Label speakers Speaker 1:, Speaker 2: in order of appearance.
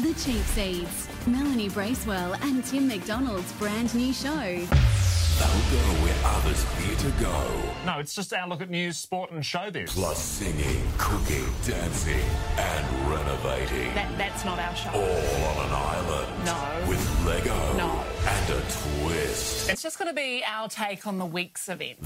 Speaker 1: The Cheap Seats, Melanie Bracewell and Tim McDonald's brand new show.
Speaker 2: They'll go where others fear to go.
Speaker 3: No, it's just our look at news, sport, and showbiz.
Speaker 2: Plus singing, cooking, dancing, and renovating.
Speaker 4: That, that's not our show.
Speaker 2: All on an island.
Speaker 4: No.
Speaker 2: With Lego.
Speaker 4: No.
Speaker 2: And a twist.
Speaker 4: It's just going to be our take on the week's event.